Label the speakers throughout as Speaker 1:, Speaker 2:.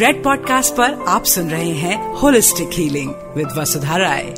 Speaker 1: Red podcast पर आप सुन रहे हैं holistic healing with Vasudha Rai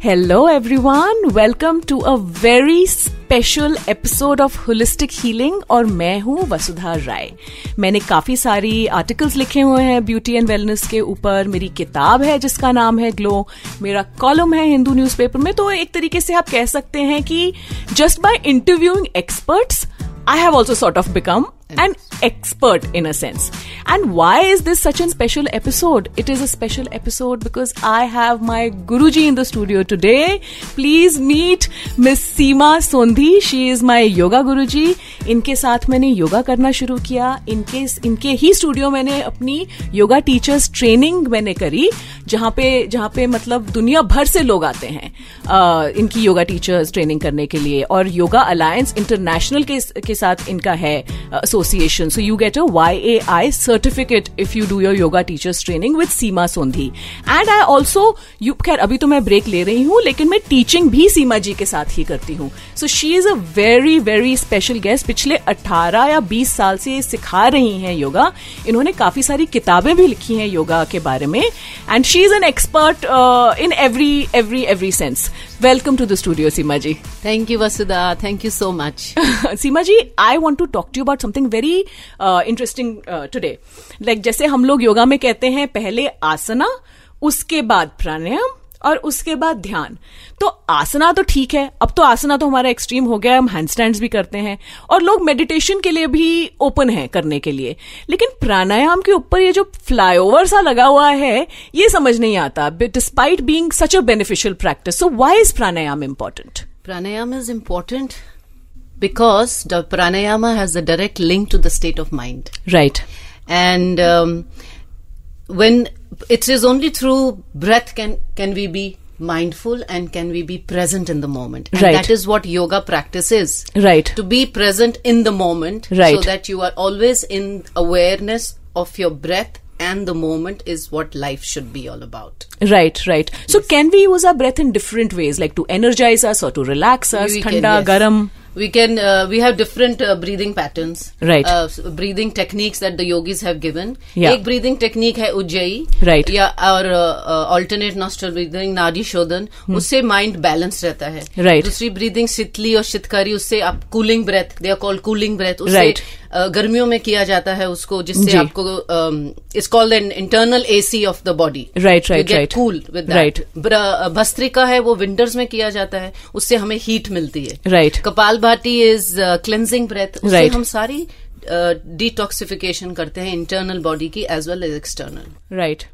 Speaker 2: Hello, everyone. Welcome to a very special episode of Holistic Healing और मैं हूँ वसुधा राय मैंने काफी सारी आर्टिकल्स लिखे हुए हैं ब्यूटी एंड वेलनेस के ऊपर मेरी किताब है जिसका नाम है ग्लो मेरा कॉलम है हिंदू न्यूज़पेपर में तो एक तरीके से आप कह सकते हैं कि just by interviewing experts I have also sort of become an expert in a sense. And why is this such a special episode? It is a special episode because I have my Guruji in the studio today. Please meet Miss Seema Sondhi. She is my yoga Guruji. इनके साथ मैंने योगा करना शुरू किया इनके इनके ही studio मैंने अपनी योगा टीचर्स ट्रेनिंग मैंने करी जहाँ पे जहाँ पे मतलब दुनिया भर से लोग आते हैं अ, इनकी योगा टीचर्स ट्रेनिंग करने के लिए और योगा अलायंस इंटरनेशनल के के साथ इनका है uh, association so you get a Y A I certificate if you do your yoga teachers training with Seema Sondhi and I also you खैर अभी तो मैं ब्रेक ले रही हूँ लेकिन मैं टीचिंग भी सीमा जी के साथ ही करती हूँ so she is a very very special guest पिछले 18 या 20 साल से ये सिखा रही हैं योगा इन्होंने काफी सारी किताबें भी लिखी हैं योगा के बारे में and she is an expert in every every every sense welcome to the studio Seema ji
Speaker 3: Thank you, Vasudha. Thank you so much.
Speaker 2: Seema ji I want to talk to about something very uh, interesting today like जैसे हम लोग योगा में कहते हैं पहले आसना उसके बाद प्राणायाम और उसके बाद ध्यान तो आसना तो ठीक है अब तो आसना तो हमारा एक्सट्रीम हो गया है, हम हैंड स्टैंड भी करते हैं और लोग मेडिटेशन के लिए भी ओपन है करने के लिए लेकिन प्राणायाम के ऊपर ये जो फ्लाईओवर सा लगा हुआ है ये समझ नहीं आता despite being such a beneficial practice so why is pranayama important
Speaker 3: pranayama is important because the pranayama has a direct link to the state of mind.
Speaker 2: Right
Speaker 3: And um, when it is only through breath can can we be mindful and can we be present in the moment. And
Speaker 2: Right.
Speaker 3: that is what yoga practice is.
Speaker 2: Right.
Speaker 3: To be present in the moment
Speaker 2: Right.
Speaker 3: so that you are always in awareness of your breath and the moment is what life should be all about.
Speaker 2: Right, right. So can we use our breath in different ways, like to energize us or to relax us?
Speaker 3: We
Speaker 2: Thanda,
Speaker 3: can, yes.
Speaker 2: garam.
Speaker 3: We can. Uh, we have different uh, breathing patterns.
Speaker 2: Right.
Speaker 3: Uh, s- breathing techniques that the yogis have given.
Speaker 2: Yeah.
Speaker 3: एक breathing technique है उज्जयी.
Speaker 2: Right.
Speaker 3: या और uh, alternate nostril breathing नाडी शोधन. उससे mind balanced रहता है.
Speaker 2: Hmm. Right.
Speaker 3: दूसरी breathing शीतली और शीतकारी उससे आप cooling breath. They are called cooling breath. उससे
Speaker 2: Right.
Speaker 3: अ, गर्मियों में किया जाता है उसको जिससे
Speaker 2: जी.
Speaker 3: आपको um, it's called an internal AC of the body
Speaker 2: Right, right, right.
Speaker 3: Cool with
Speaker 2: Right.
Speaker 3: Bhastrika uh, है वो विंटर्स में किया जाता है उससे हमें हीट मिलती है
Speaker 2: Right.
Speaker 3: Kapal bhati is cleansing breath उससे
Speaker 2: Right.
Speaker 3: हम सारी डिटॉक्सिफिकेशन करते हैं इंटरनल बॉडी की as well as external
Speaker 2: Right.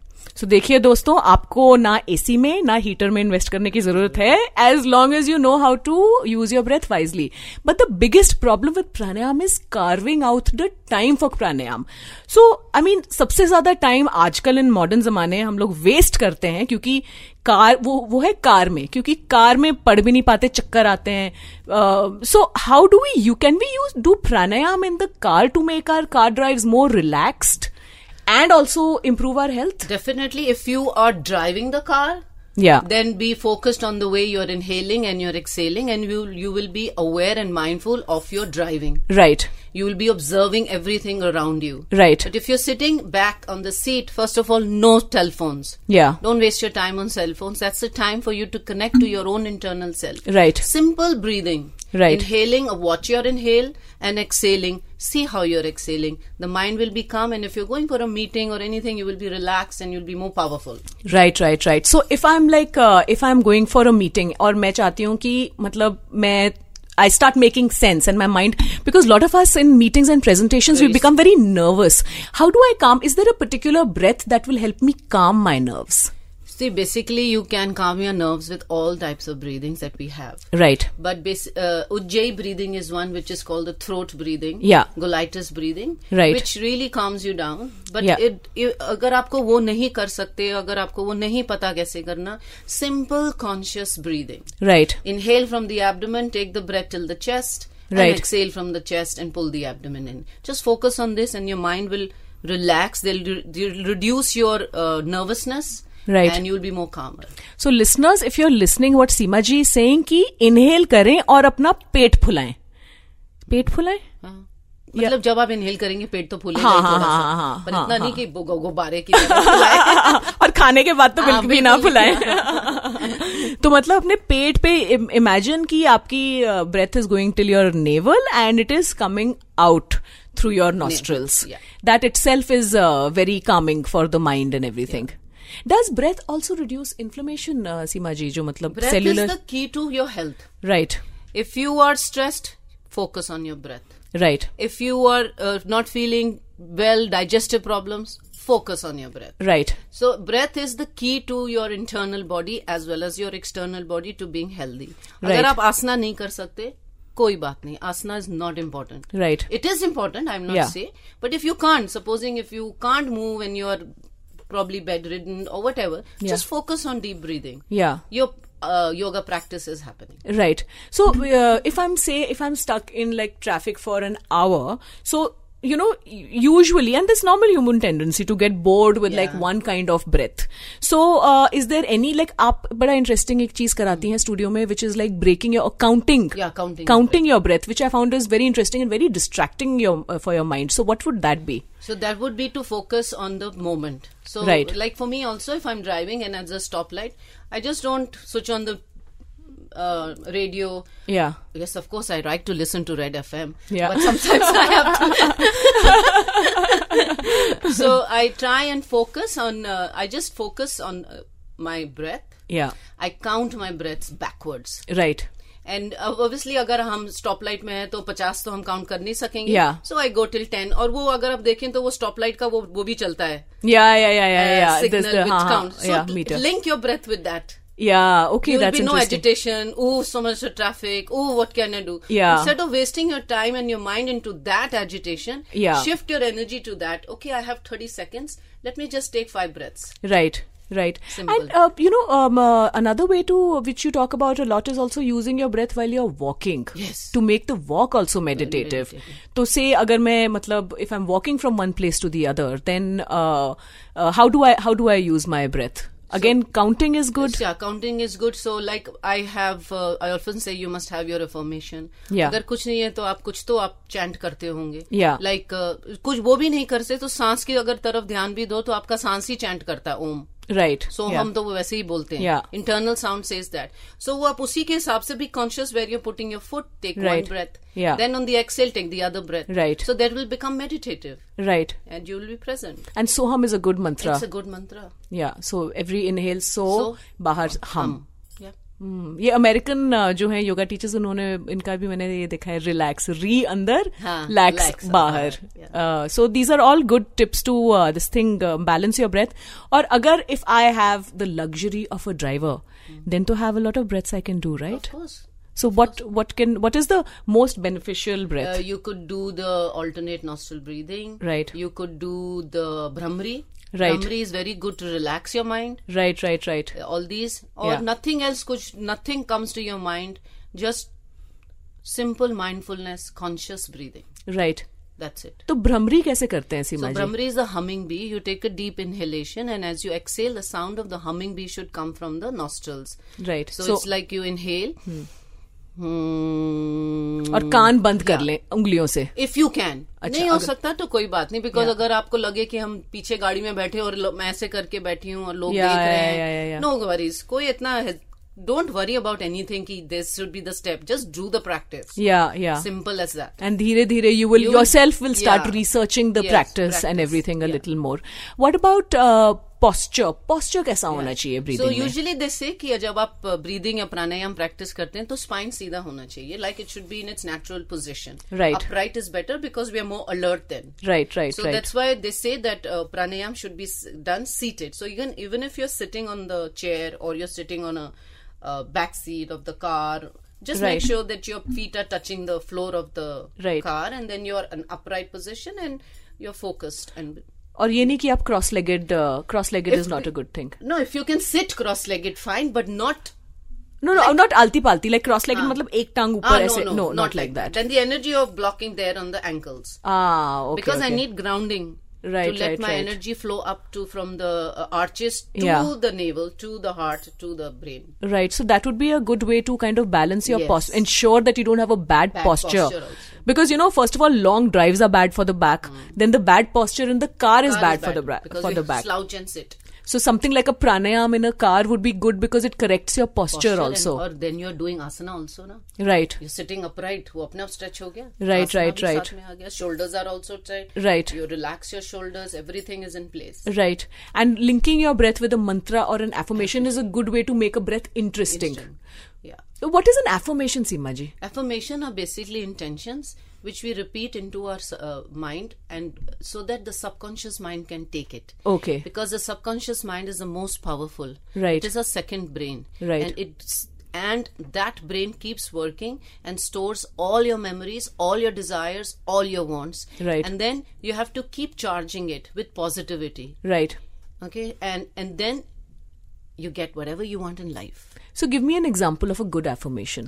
Speaker 2: So देखिए दोस्तों आपको ना एसी में ना हीटर में इन्वेस्ट करने की जरूरत है as long as you know how to use your breath wisely but the biggest problem with pranayama is carving out the time for pranayama so I mean सबसे ज्यादा टाइम आजकल इन मॉडर्न जमाने में हम लोग वेस्ट करते हैं क्योंकि कार वो वो है कार में क्योंकि कार में पढ़ भी नहीं पाते चक्कर आते हैं so how do we you can we use do pranayama in the car to make our car drives more relaxed and also improve our health.
Speaker 3: Definitely if you are driving the car
Speaker 2: Yeah.
Speaker 3: then be focused on the way you're inhaling and you're exhaling and you you will be aware and mindful of your driving
Speaker 2: Right.
Speaker 3: you will be observing everything around you
Speaker 2: Right.
Speaker 3: but if you're sitting back on the seat first of all no cell phones
Speaker 2: Yeah.
Speaker 3: Don't waste your time on cell phones. That's the time for you to connect to your own internal self.
Speaker 2: Right.
Speaker 3: Simple breathing.
Speaker 2: Right.
Speaker 3: Inhaling, watch your inhale and exhaling. See how you're exhaling. The mind will be calm, and if you're going for a meeting or anything, you will be relaxed and you'll be more powerful.
Speaker 2: Right. Right. Right. So if I'm like uh, if I'm going for a meeting और मैं चाहती हूँ कि मतलब मैं I start making sense in my mind because a lot of us in meetings and presentations we
Speaker 3: Very-
Speaker 2: become very nervous. How do I calm? Is there a particular breath that will help me calm my nerves?
Speaker 3: See, basically, you can calm your nerves with all types of breathings that we have.
Speaker 2: Right.
Speaker 3: But bas- uh, Ujjayi breathing is one which is called the throat breathing.
Speaker 2: Yeah.
Speaker 3: Colitis breathing.
Speaker 2: Right.
Speaker 3: Which really calms you down. But
Speaker 2: Yeah.
Speaker 3: it, you- अगर आपको वो नहीं कर सकते अगर आपको वो नहीं पता कैसे करना simple conscious breathing.
Speaker 2: Right.
Speaker 3: Inhale from the abdomen, take the breath till the chest,
Speaker 2: Right.
Speaker 3: and exhale from the chest and pull the abdomen in. Just focus on this, and your mind will relax. They'll, re- they'll reduce your uh, nervousness,
Speaker 2: Right.
Speaker 3: and you'll be more calmer.
Speaker 2: So listeners if you are listening what Seema ji is saying कि inhale करें और अपना पेट फुलाएं पेट फुला है
Speaker 3: हाँ। मतलब जब आप इनहेल करेंगे पेट तो फूलेगा
Speaker 2: हाँ,
Speaker 3: ही थोड़ा
Speaker 2: हाँ,
Speaker 3: सा।
Speaker 2: हाँ, हाँ,
Speaker 3: पर
Speaker 2: हाँ,
Speaker 3: इतना नहीं
Speaker 2: हाँ।
Speaker 3: कि गो- गो- गुब्बारे की तरह फुलाए।
Speaker 2: और खाने के बाद तो
Speaker 3: हाँ,
Speaker 2: बिल्कुल भी ना
Speaker 3: बिल्कुल।
Speaker 2: फुलाए तो मतलब अपने पेट पे इमेजिन कि आपकी breath is going till your navel and it is coming out through your nostrils
Speaker 3: yeah.
Speaker 2: That itself is very calming for the mind and everything does breath also reduce inflammation Seema ji uh, जो मतलब
Speaker 3: breath is
Speaker 2: cellular
Speaker 3: the key to your health.
Speaker 2: Right
Speaker 3: If you are stressed, focus on your breath.
Speaker 2: Right
Speaker 3: If you are uh, not feeling well, digestive problems, focus on your breath.
Speaker 2: Right
Speaker 3: So, breath is the key to your internal body as well as your external body to being healthy. अगर
Speaker 2: Right.
Speaker 3: आप आसना नहीं कर सकते कोई बात नहीं asana is not important
Speaker 2: right
Speaker 3: It is important, I'm not
Speaker 2: Yeah.
Speaker 3: say. But if you can't, supposing if you can't move and you're probably bedridden or whatever,
Speaker 2: Yeah.
Speaker 3: just focus on deep breathing.
Speaker 2: या
Speaker 3: Your uh, yoga practice is happening.
Speaker 2: Right. So uh, if I'm say if I'm stuck in like traffic for an hour, so you know u- usually and this normal human tendency to get bored with like
Speaker 3: Yeah.
Speaker 2: one kind of breath. So uh, is there any like आप बड़ा interesting एक चीज कराती हैं studio में which is like breaking your counting
Speaker 3: Yeah, counting your
Speaker 2: counting your breath which I found is very interesting and very distracting your uh, for your mind. So what would that be?
Speaker 3: So that would be to focus on the moment. So,
Speaker 2: Right.
Speaker 3: like for me also, if I'm driving and at the stoplight, I just don't switch on the uh, radio.
Speaker 2: Yeah.
Speaker 3: Yes, of course, I like to listen to Red FM.
Speaker 2: Yeah.
Speaker 3: But sometimes I have to. so I try and focus on, uh, I just focus on uh, my breath.
Speaker 2: Yeah.
Speaker 3: I count my breaths backwards.
Speaker 2: Right.
Speaker 3: And obviously अगर हम stop light में है तो पचास तो हम count कर नहीं सकेंगे
Speaker 2: Yeah.
Speaker 3: So I go till ten और वो अगर आप देखें तो वो स्टॉप लाइट का वो वो भी चलता है Uh,
Speaker 2: Yeah. Yeah. Yeah. Yeah. yeah. There's
Speaker 3: signal
Speaker 2: the-
Speaker 3: which
Speaker 2: हाँ, हाँ,
Speaker 3: count
Speaker 2: yeah,
Speaker 3: so
Speaker 2: meter.
Speaker 3: Link your breath with that
Speaker 2: Yeah. Okay.
Speaker 3: There will
Speaker 2: that's
Speaker 3: be no
Speaker 2: interesting.
Speaker 3: agitation. Oh, so much traffic. Oh, what can I do?
Speaker 2: Yeah.
Speaker 3: Instead of wasting your time and your mind into that agitation,
Speaker 2: Yeah.
Speaker 3: shift your energy to that. Okay, I have 30 seconds. Let me just take five breaths.
Speaker 2: Right. Right.
Speaker 3: Simple.
Speaker 2: And uh, you know, um, uh, another way to which you talk about a lot is also using your breath while you're walking.
Speaker 3: Yes.
Speaker 2: To make the walk also meditative. तो say अगर मैं मतलब if I'm walking from one place to the other, then uh, uh, how do I how do I use my breath? Again, counting is good.
Speaker 3: Yeah, counting is good. So, like, I have, uh, I often say you must have your affirmation.
Speaker 2: Yeah.
Speaker 3: अगर कुछ नहीं है तो आप कुछ तो आप chant करते होंगे
Speaker 2: Yeah.
Speaker 3: लाइक कुछ वो भी नहीं करते तो सांस की अगर तरफ ध्यान भी दो तो आपका सांस ही चैंट करता है ओम
Speaker 2: Right.
Speaker 3: So
Speaker 2: yeah.
Speaker 3: हम तो वो वैसे ही बोलते हैं
Speaker 2: Yeah.
Speaker 3: Internal sound says that so वो आप उसी के हिसाब से भी conscious where you're putting your foot take one
Speaker 2: Right.
Speaker 3: Breath
Speaker 2: Yeah.
Speaker 3: Then on the exhale take the other breath
Speaker 2: Right.
Speaker 3: So that will become meditative
Speaker 2: Right.
Speaker 3: And you will be present
Speaker 2: And soham is a good mantra.
Speaker 3: It's a good mantra
Speaker 2: yeah. So every inhale so,
Speaker 3: So,
Speaker 2: bahar hum. हम्म, ये American अ, जो है yoga teachers उन्होंने इनका भी मैंने ये देखा है रिलैक्स री अंदर
Speaker 3: हाँ,
Speaker 2: लैक्स
Speaker 3: lax
Speaker 2: बाहर Uh, so these are all good tips to this thing balance your breath और अगर if I have the luxury of a driver
Speaker 3: Hmm.
Speaker 2: Then to have a lot of breaths I can do right so what what can what is the most beneficial breath
Speaker 3: Uh, you could do the alternate nostril breathing.
Speaker 2: Right.
Speaker 3: You could do the Brahmari.
Speaker 2: Right.
Speaker 3: Brahmari is very good to relax your mind. Uh,
Speaker 2: right right right
Speaker 3: all these or
Speaker 2: Yeah.
Speaker 3: nothing else kuch, nothing comes to your mind just simple mindfulness conscious breathing
Speaker 2: right
Speaker 3: that's it
Speaker 2: तो भ्रमरी कैसे करते हैं
Speaker 3: so
Speaker 2: Seema ji
Speaker 3: brahmari is a humming bee you take a deep inhalation and as you exhale the sound of the humming bee should come from the nostrils
Speaker 2: right
Speaker 3: so,
Speaker 2: so
Speaker 3: it's like you inhale Hmm.
Speaker 2: और कान बंद कर लें उंगलियों से
Speaker 3: if you can
Speaker 2: अच्छा,
Speaker 3: नहीं हो
Speaker 2: अगर-
Speaker 3: सकता तो कोई बात नहीं बिकॉज अगर आपको लगे कि हम पीछे गाड़ी में बैठे और लो- मैं ऐसे करके बैठी हूँ और लोग
Speaker 2: Yeah,
Speaker 3: देख रहे
Speaker 2: yeah, yeah, yeah,
Speaker 3: हैं
Speaker 2: yeah.
Speaker 3: नो वरीज कोई इतना डोंट वरी अबाउट एनीथिंग कि this should be the step just do the practice
Speaker 2: या या
Speaker 3: simple as that
Speaker 2: And dheere dheere, you will
Speaker 3: You will-
Speaker 2: yourself will start
Speaker 3: Yeah.
Speaker 2: researching the
Speaker 3: Yes,
Speaker 2: practice, and
Speaker 3: practice.
Speaker 2: everything a
Speaker 3: Yeah.
Speaker 2: little more. What about uh, posture? Posture कैसा होना चाहिए
Speaker 3: so
Speaker 2: breathing में?
Speaker 3: Usually they say कि जब आप breathing या pranayama practice करते हैं तो स्पाइन सीधा होना चाहिए like it should be in its natural position
Speaker 2: Right.
Speaker 3: Right is better because we are more alert then
Speaker 2: Right, right,
Speaker 3: So
Speaker 2: right.
Speaker 3: that's why they say that uh, pranayam should be s- done seated. So even even if you're sitting on the chair or you're sitting on a uh, back seat of the car, just make
Speaker 2: Right.
Speaker 3: sure that your feet are touching the floor of the
Speaker 2: Right.
Speaker 3: car, and then you're an upright position and you're focused. And
Speaker 2: और ये नहीं कि आप cross-legged, uh, cross-legged
Speaker 3: If
Speaker 2: is not
Speaker 3: we-
Speaker 2: a good thing.
Speaker 3: no, if you can sit cross-legged, fine, but not.
Speaker 2: No, no, not आलती पालती. Like cross-legged मतलब एक टांग
Speaker 3: Ah,
Speaker 2: ऊपर
Speaker 3: no,
Speaker 2: ऐसे.
Speaker 3: no,
Speaker 2: No,
Speaker 3: not,
Speaker 2: not like that.
Speaker 3: Then the energy of blocking there on the ankles
Speaker 2: Ah, okay.
Speaker 3: because I
Speaker 2: okay.
Speaker 3: need grounding.
Speaker 2: Right,
Speaker 3: to let
Speaker 2: right,
Speaker 3: my
Speaker 2: right.
Speaker 3: energy flow up to from the uh, arches to
Speaker 2: Yeah.
Speaker 3: the navel to the heart to the brain
Speaker 2: Right. So that would be a good way to kind of balance your
Speaker 3: Yes.
Speaker 2: posture, ensure that you don't have a bad,
Speaker 3: Bad
Speaker 2: posture.
Speaker 3: posture also. Hmm.
Speaker 2: because you know, first of all, long drives are bad for the back. Then the bad posture in the car is,
Speaker 3: Car
Speaker 2: bad, for the bra-
Speaker 3: because
Speaker 2: for
Speaker 3: we
Speaker 2: the back.
Speaker 3: slouch and sit
Speaker 2: So something like a pranayam in a car would be good because it corrects your posture,
Speaker 3: Posture and-
Speaker 2: also.
Speaker 3: और then you're doing asana also ना
Speaker 2: right.
Speaker 3: you're sitting upright वो अपने आप stretch हो गया
Speaker 2: Right,
Speaker 3: Asana
Speaker 2: right,
Speaker 3: भी साथ
Speaker 2: right.
Speaker 3: में आ गया shoulders are also tight
Speaker 2: Right.
Speaker 3: you relax your shoulders everything is in place
Speaker 2: Right. And linking your breath with a mantra or an affirmation is a good way to make a breath interesting.
Speaker 3: Instant. yeah
Speaker 2: What is an affirmation, Seemaji?
Speaker 3: affirmation are basically intentions which we repeat into our uh, mind and so that the subconscious mind can take it
Speaker 2: Okay.
Speaker 3: because the subconscious mind is the most powerful
Speaker 2: Right.
Speaker 3: it is our second brain
Speaker 2: Right.
Speaker 3: and it's and that brain keeps working and stores all your memories all your desires all your wants
Speaker 2: Right.
Speaker 3: and then you have to keep charging it with positivity
Speaker 2: Right.
Speaker 3: okay and and then you get whatever you want in life
Speaker 2: So give me an example of a good affirmation.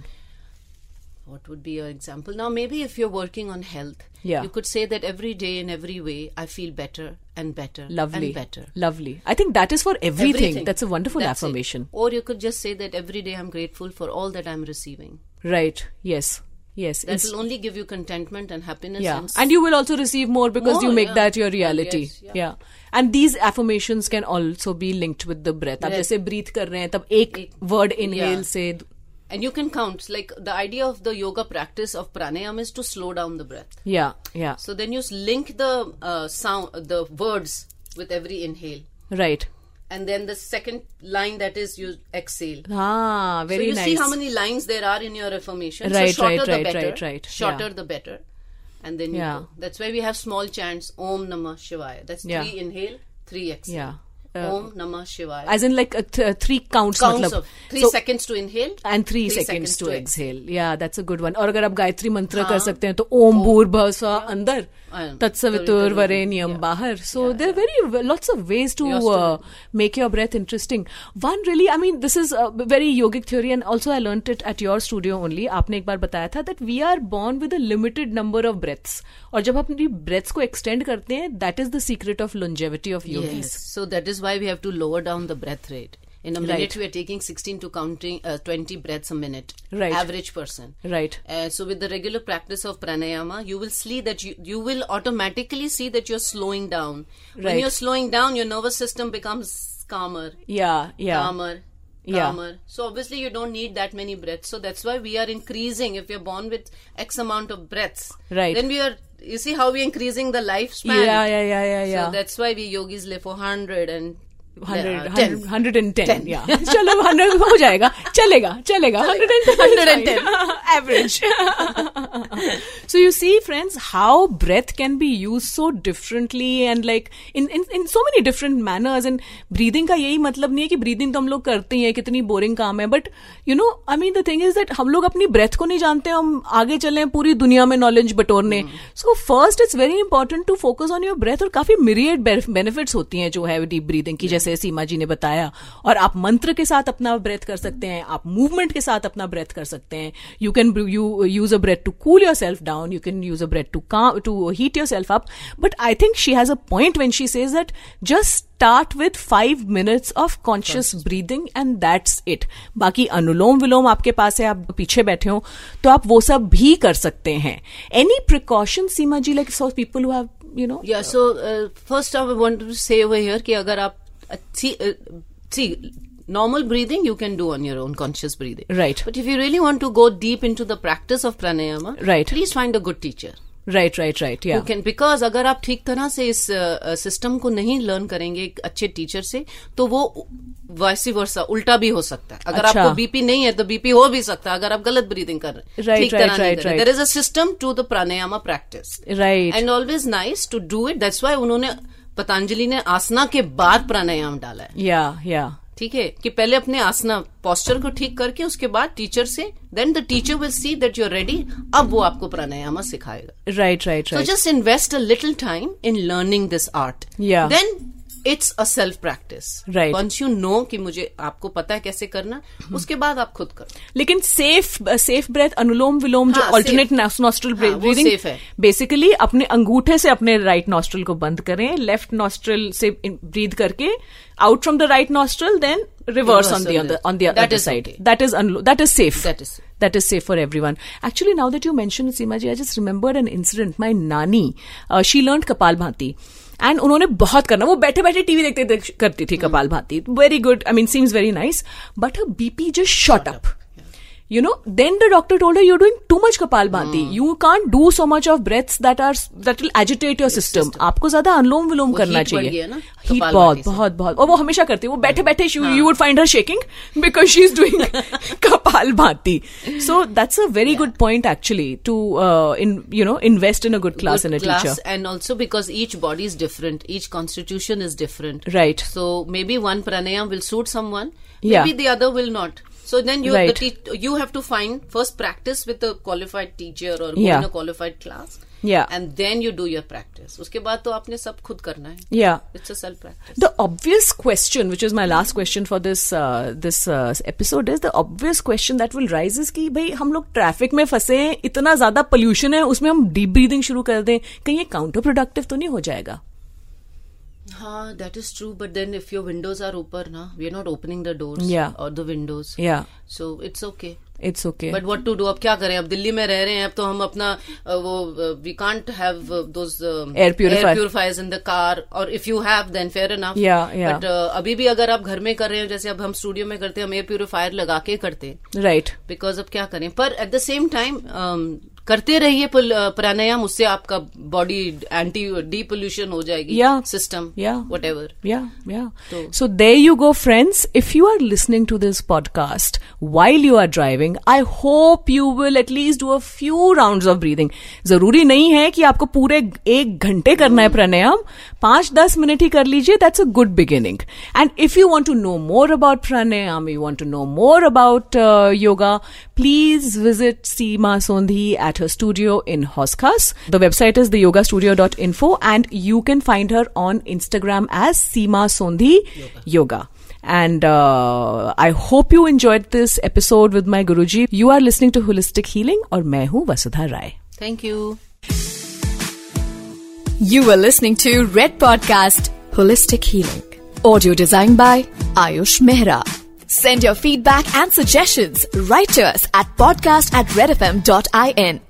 Speaker 3: what would be your example now maybe if you're working on health
Speaker 2: Yeah.
Speaker 3: you could say that every day in every way i feel better and better
Speaker 2: Lovely.
Speaker 3: and better
Speaker 2: Lovely. I think that is for everything.
Speaker 3: Everything.
Speaker 2: That's a wonderful
Speaker 3: That's it.
Speaker 2: affirmation.
Speaker 3: or you could just say that every day i'm grateful for all that i'm receiving
Speaker 2: Right. Yes. Yes.
Speaker 3: that
Speaker 2: It's-
Speaker 3: will only give you contentment and happiness
Speaker 2: yeah.
Speaker 3: and, s-
Speaker 2: And you will also receive more because you
Speaker 3: More,
Speaker 2: make
Speaker 3: yeah.
Speaker 2: that your
Speaker 3: Yes,
Speaker 2: reality.
Speaker 3: yeah.
Speaker 2: yeah. And these affirmations can also be linked with the breath. आप
Speaker 3: Breath.
Speaker 2: जैसे breathe कर रहे हैं तब एक word inhale
Speaker 3: yeah.
Speaker 2: से
Speaker 3: and you can count like the idea of the yoga practice of pranayama is to slow down the breath
Speaker 2: yeah yeah
Speaker 3: so then you s- link the uh, sound the words with every inhale
Speaker 2: right
Speaker 3: and then the second line that is you exhale
Speaker 2: ah very
Speaker 3: so you
Speaker 2: nice
Speaker 3: see how many lines there are in your affirmation.
Speaker 2: Right,
Speaker 3: so shorter
Speaker 2: right,
Speaker 3: the
Speaker 2: right,
Speaker 3: better.
Speaker 2: right, right.
Speaker 3: Shorter
Speaker 2: Yeah.
Speaker 3: the better. And then
Speaker 2: Yeah.
Speaker 3: you go. That's why we have small chants. Om Namah Shivaya. That's
Speaker 2: Yeah.
Speaker 3: three inhale, three exhale.
Speaker 2: yeah Uh,
Speaker 3: Om Namah Shivaya.
Speaker 2: as in like a th- uh, three counts
Speaker 3: Counts
Speaker 2: मतलब
Speaker 3: of three
Speaker 2: so- Uh,
Speaker 3: seconds to inhale.
Speaker 2: and three,
Speaker 3: three
Speaker 2: seconds,
Speaker 3: seconds
Speaker 2: to
Speaker 3: to
Speaker 2: exhale yeah that's a good one और अगर आप गायत्री मंत्र कर सकते हैं तो ओम भूर्भुव स्व अंदर तत्सवितुर
Speaker 3: हाँ, तत्सवितुर्वरेण्यं
Speaker 2: वरेण्यम बाहर so there very lots of ways to
Speaker 3: Yours too.
Speaker 2: uh, make your breath interesting one really i mean this is a very yogic theory and also i learnt it at your studio only आपने एक बार बताया था that we are born with a limited number of breaths और जब आप अपनी breaths को extend करते हैं that is the secret of longevity of
Speaker 3: Yes.
Speaker 2: yogis
Speaker 3: So that is why we have to lower down the breath rate. In a minute,
Speaker 2: Right.
Speaker 3: we are taking 16 to counting uh, 20 breaths a minute.
Speaker 2: Right.
Speaker 3: Average person.
Speaker 2: right
Speaker 3: Uh, so with the regular practice of pranayama, you will see that you, you will automatically see that you're slowing down. When
Speaker 2: Right.
Speaker 3: you're slowing down, your nervous system becomes calmer,
Speaker 2: yeah yeah
Speaker 3: calmer,
Speaker 2: Yeah.
Speaker 3: calmer. So obviously you don't need that many breaths. So that's why we are increasing. If you're born with X amount of breaths,
Speaker 2: Right.
Speaker 3: Then we are. You see how we're increasing the lifespan.
Speaker 2: yeah yeah yeah yeah yeah
Speaker 3: So that's why we yogis live for hundred and
Speaker 2: 100,
Speaker 3: uh,
Speaker 2: 100,
Speaker 3: 10.
Speaker 2: 110 yeah चलो 100 हो जाएगा चलेगा चलेगा 110 average so you see friends how breath can be used so differently and like in in in so many different manners and breathing का यही मतलब नहीं है कि breathing तो हम लोग करते ही हैं कितनी boring काम है but you know I mean the thing is that हम लोग अपनी breath को नहीं जानते हम आगे चले हैं पूरी दुनिया में knowledge बटोरने so first it's very important to focus on your breath और काफी myriad benefits होती हैं जो है deep breathing की जैसे सीमा जी ने बताया और आप मंत्र के साथ अपना ब्रेथ कर सकते हैं आप मूवमेंट के साथ अपना ब्रेथ कर सकते हैं you can you use a breath to cool yourself down you can use a breath to to heat yourself up but I think she has a point when she says that just start with five minutes of conscious breathing and that's it बाकी अनुलोम विलोम आपके पास है आप पीछे बैठे हो तो आप वो सब भी कर सकते हैं any precaution Seema ji like so people who have you know
Speaker 3: Yeah, so uh, first I want to say over here कि अगर आप अच्छी uh, see normal breathing you can do on your own conscious breathing.
Speaker 2: Right.
Speaker 3: But if you really want to go deep into the practice of pranayama,
Speaker 2: Right.
Speaker 3: please find a good teacher.
Speaker 2: Right right right
Speaker 3: who
Speaker 2: या
Speaker 3: can because अगर आप ठीक तरह से इस system को नहीं learn करेंगे एक अच्छे टीचर से तो वो वैसी वर्षा उल्टा भी हो सकता है अगर
Speaker 2: अच्छा।
Speaker 3: आपको बीपी नहीं है तो बीपी हो भी सकता है अगर आप गलत ब्रीदिंग कर रहे हैं
Speaker 2: Right,
Speaker 3: ठीक
Speaker 2: right,
Speaker 3: तरह नहीं
Speaker 2: right,
Speaker 3: कर रहे
Speaker 2: right.
Speaker 3: There is a system to the pranayama practice
Speaker 2: right
Speaker 3: and always nice to do it that's why उन्होंने पतंजलि ने आसना के बाद प्राणायाम डाला है
Speaker 2: या या
Speaker 3: ठीक है कि पहले अपने आसना पोस्चर को ठीक करके उसके बाद टीचर से then the teacher will see that you are ready अब वो आपको प्राणायामा सिखाएगा
Speaker 2: Right, right,
Speaker 3: So
Speaker 2: right.
Speaker 3: just invest a little time in learning this art.
Speaker 2: Yeah.
Speaker 3: Then it's a self practice
Speaker 2: Right.
Speaker 3: Once you know कि मुझे आपको पता है कैसे करना उसके बाद आप खुद करो
Speaker 2: लेकिन safe safe breath Anulom Vilom जो
Speaker 3: हाँ,
Speaker 2: ऑल्टरनेट
Speaker 3: safe.
Speaker 2: नॉस्ट्रल
Speaker 3: हाँ, वो safe
Speaker 2: ब्रीदिंग
Speaker 3: है।
Speaker 2: बेसिकली अपने अंगूठे से अपने राइट नॉस्ट्रल को बंद करें लेफ्ट नॉस्ट्रल से ब्रीद करके out from the right nostril then reverse on
Speaker 3: Reverse on
Speaker 2: the
Speaker 3: the-
Speaker 2: on the
Speaker 3: That
Speaker 2: other
Speaker 3: is
Speaker 2: side
Speaker 3: okay.
Speaker 2: That is that is safe
Speaker 3: That is safe.
Speaker 2: that is safe for everyone. Actually, now that you mentioned Seema ji, I just remembered an incident. My nani, uh, she learned Kapal Bhati. And उन्होंने बहुत करना वो बैठे बैठे TV देखते देख- करती थी Kapal
Speaker 3: Hmm.
Speaker 2: Bhati very good I mean seems very nice but her BP just shot up you know then the doctor told you doing too much Kapal Bhati
Speaker 3: Hmm.
Speaker 2: You can't do so much of breaths that are that will agitate your system आपको ज्यादा अनुलोम विलोम
Speaker 3: वो
Speaker 2: करना
Speaker 3: heat बढ़ गई
Speaker 2: चाहिए
Speaker 3: है ना,
Speaker 2: heat
Speaker 3: kapalbhati
Speaker 2: बहुत
Speaker 3: से।
Speaker 2: बहुत बहुत और वो हमेशा करती है वो बैठे बैठे you would find her shaking because she is doing Kapal Bhati so that's a very good point actually to in you know invest in a good class
Speaker 3: Good
Speaker 2: in a teacher
Speaker 3: and also because each body is different each constitution is different
Speaker 2: Right.
Speaker 3: so maybe one pranayam will suit someone
Speaker 2: Yeah.
Speaker 3: maybe the other will not so then you
Speaker 2: Right.
Speaker 3: the te- you have to find first practice with a qualified teacher or go
Speaker 2: Yeah.
Speaker 3: in a qualified class
Speaker 2: Yeah.
Speaker 3: and then you do your practice उसके बाद तो आपने सब खुद करना है
Speaker 2: Yeah.
Speaker 3: it's a self practice
Speaker 2: The obvious question, which is my last question for this uh, this uh, episode, is the obvious question that will rise is कि भाई हम लोग ट्रैफिक में फंसे हैं इतना ज्यादा पोल्यूशन है उसमें हम डीप ब्रीदिंग शुरू कर दें कहीं ये काउंटर प्रोडक्टिव तो नहीं हो जाएगा
Speaker 3: हाँ that is true but then if your windows are open ना we are not opening the doors
Speaker 2: Yeah.
Speaker 3: or the windows
Speaker 2: या
Speaker 3: so it's okay
Speaker 2: it's okay
Speaker 3: but what to do अब क्या करें अब दिल्ली में रह रहे हैं अब तो हम अपना अ, वो we can't have those
Speaker 2: Air purifier.
Speaker 3: Purifiers in the car और if you have then fair enough
Speaker 2: Yeah, yeah.
Speaker 3: But अभी भी अगर आप घर में कर रहे हैं जैसे अब हम स्टूडियो में करते हैं हम एयर प्यूरिफायर लगा के करते हैं
Speaker 2: राइट
Speaker 3: बिकॉज अब क्या करें पर एट द सेम टाइम करते रहिए पुल- अ, प्राणायाम उससे आपका बॉडी एंटी डी पोल्यूशन हो जाएगी
Speaker 2: Yeah.
Speaker 3: System
Speaker 2: Yeah.
Speaker 3: Whatever
Speaker 2: Yeah, yeah.
Speaker 3: So-
Speaker 2: So there you go, friends. If you are listening to this podcast while you are driving, I hope you will at least do a few rounds of breathing. जरूरी नहीं है कि आपको पूरे एक घंटे करना है प्राणायाम पांच दस मिनट ही कर लीजिए that's a good beginning and if you want to know more about pranayama you want to know more about yoga please visit Seema Sondhi at her studio in Hoskas. The website is theyogastudio.info and you can find her on Instagram as Seema Sondhi Yoga. And uh, I hope you enjoyed this episode with my Guruji. You are listening to Holistic Healing or मैं हूं Vasudha Rai.
Speaker 3: Thank you
Speaker 4: You were listening to Red Podcast Holistic Healing. Audio designed by Ayush Mehra. Send your feedback and suggestions right to us at podcast at redfm.in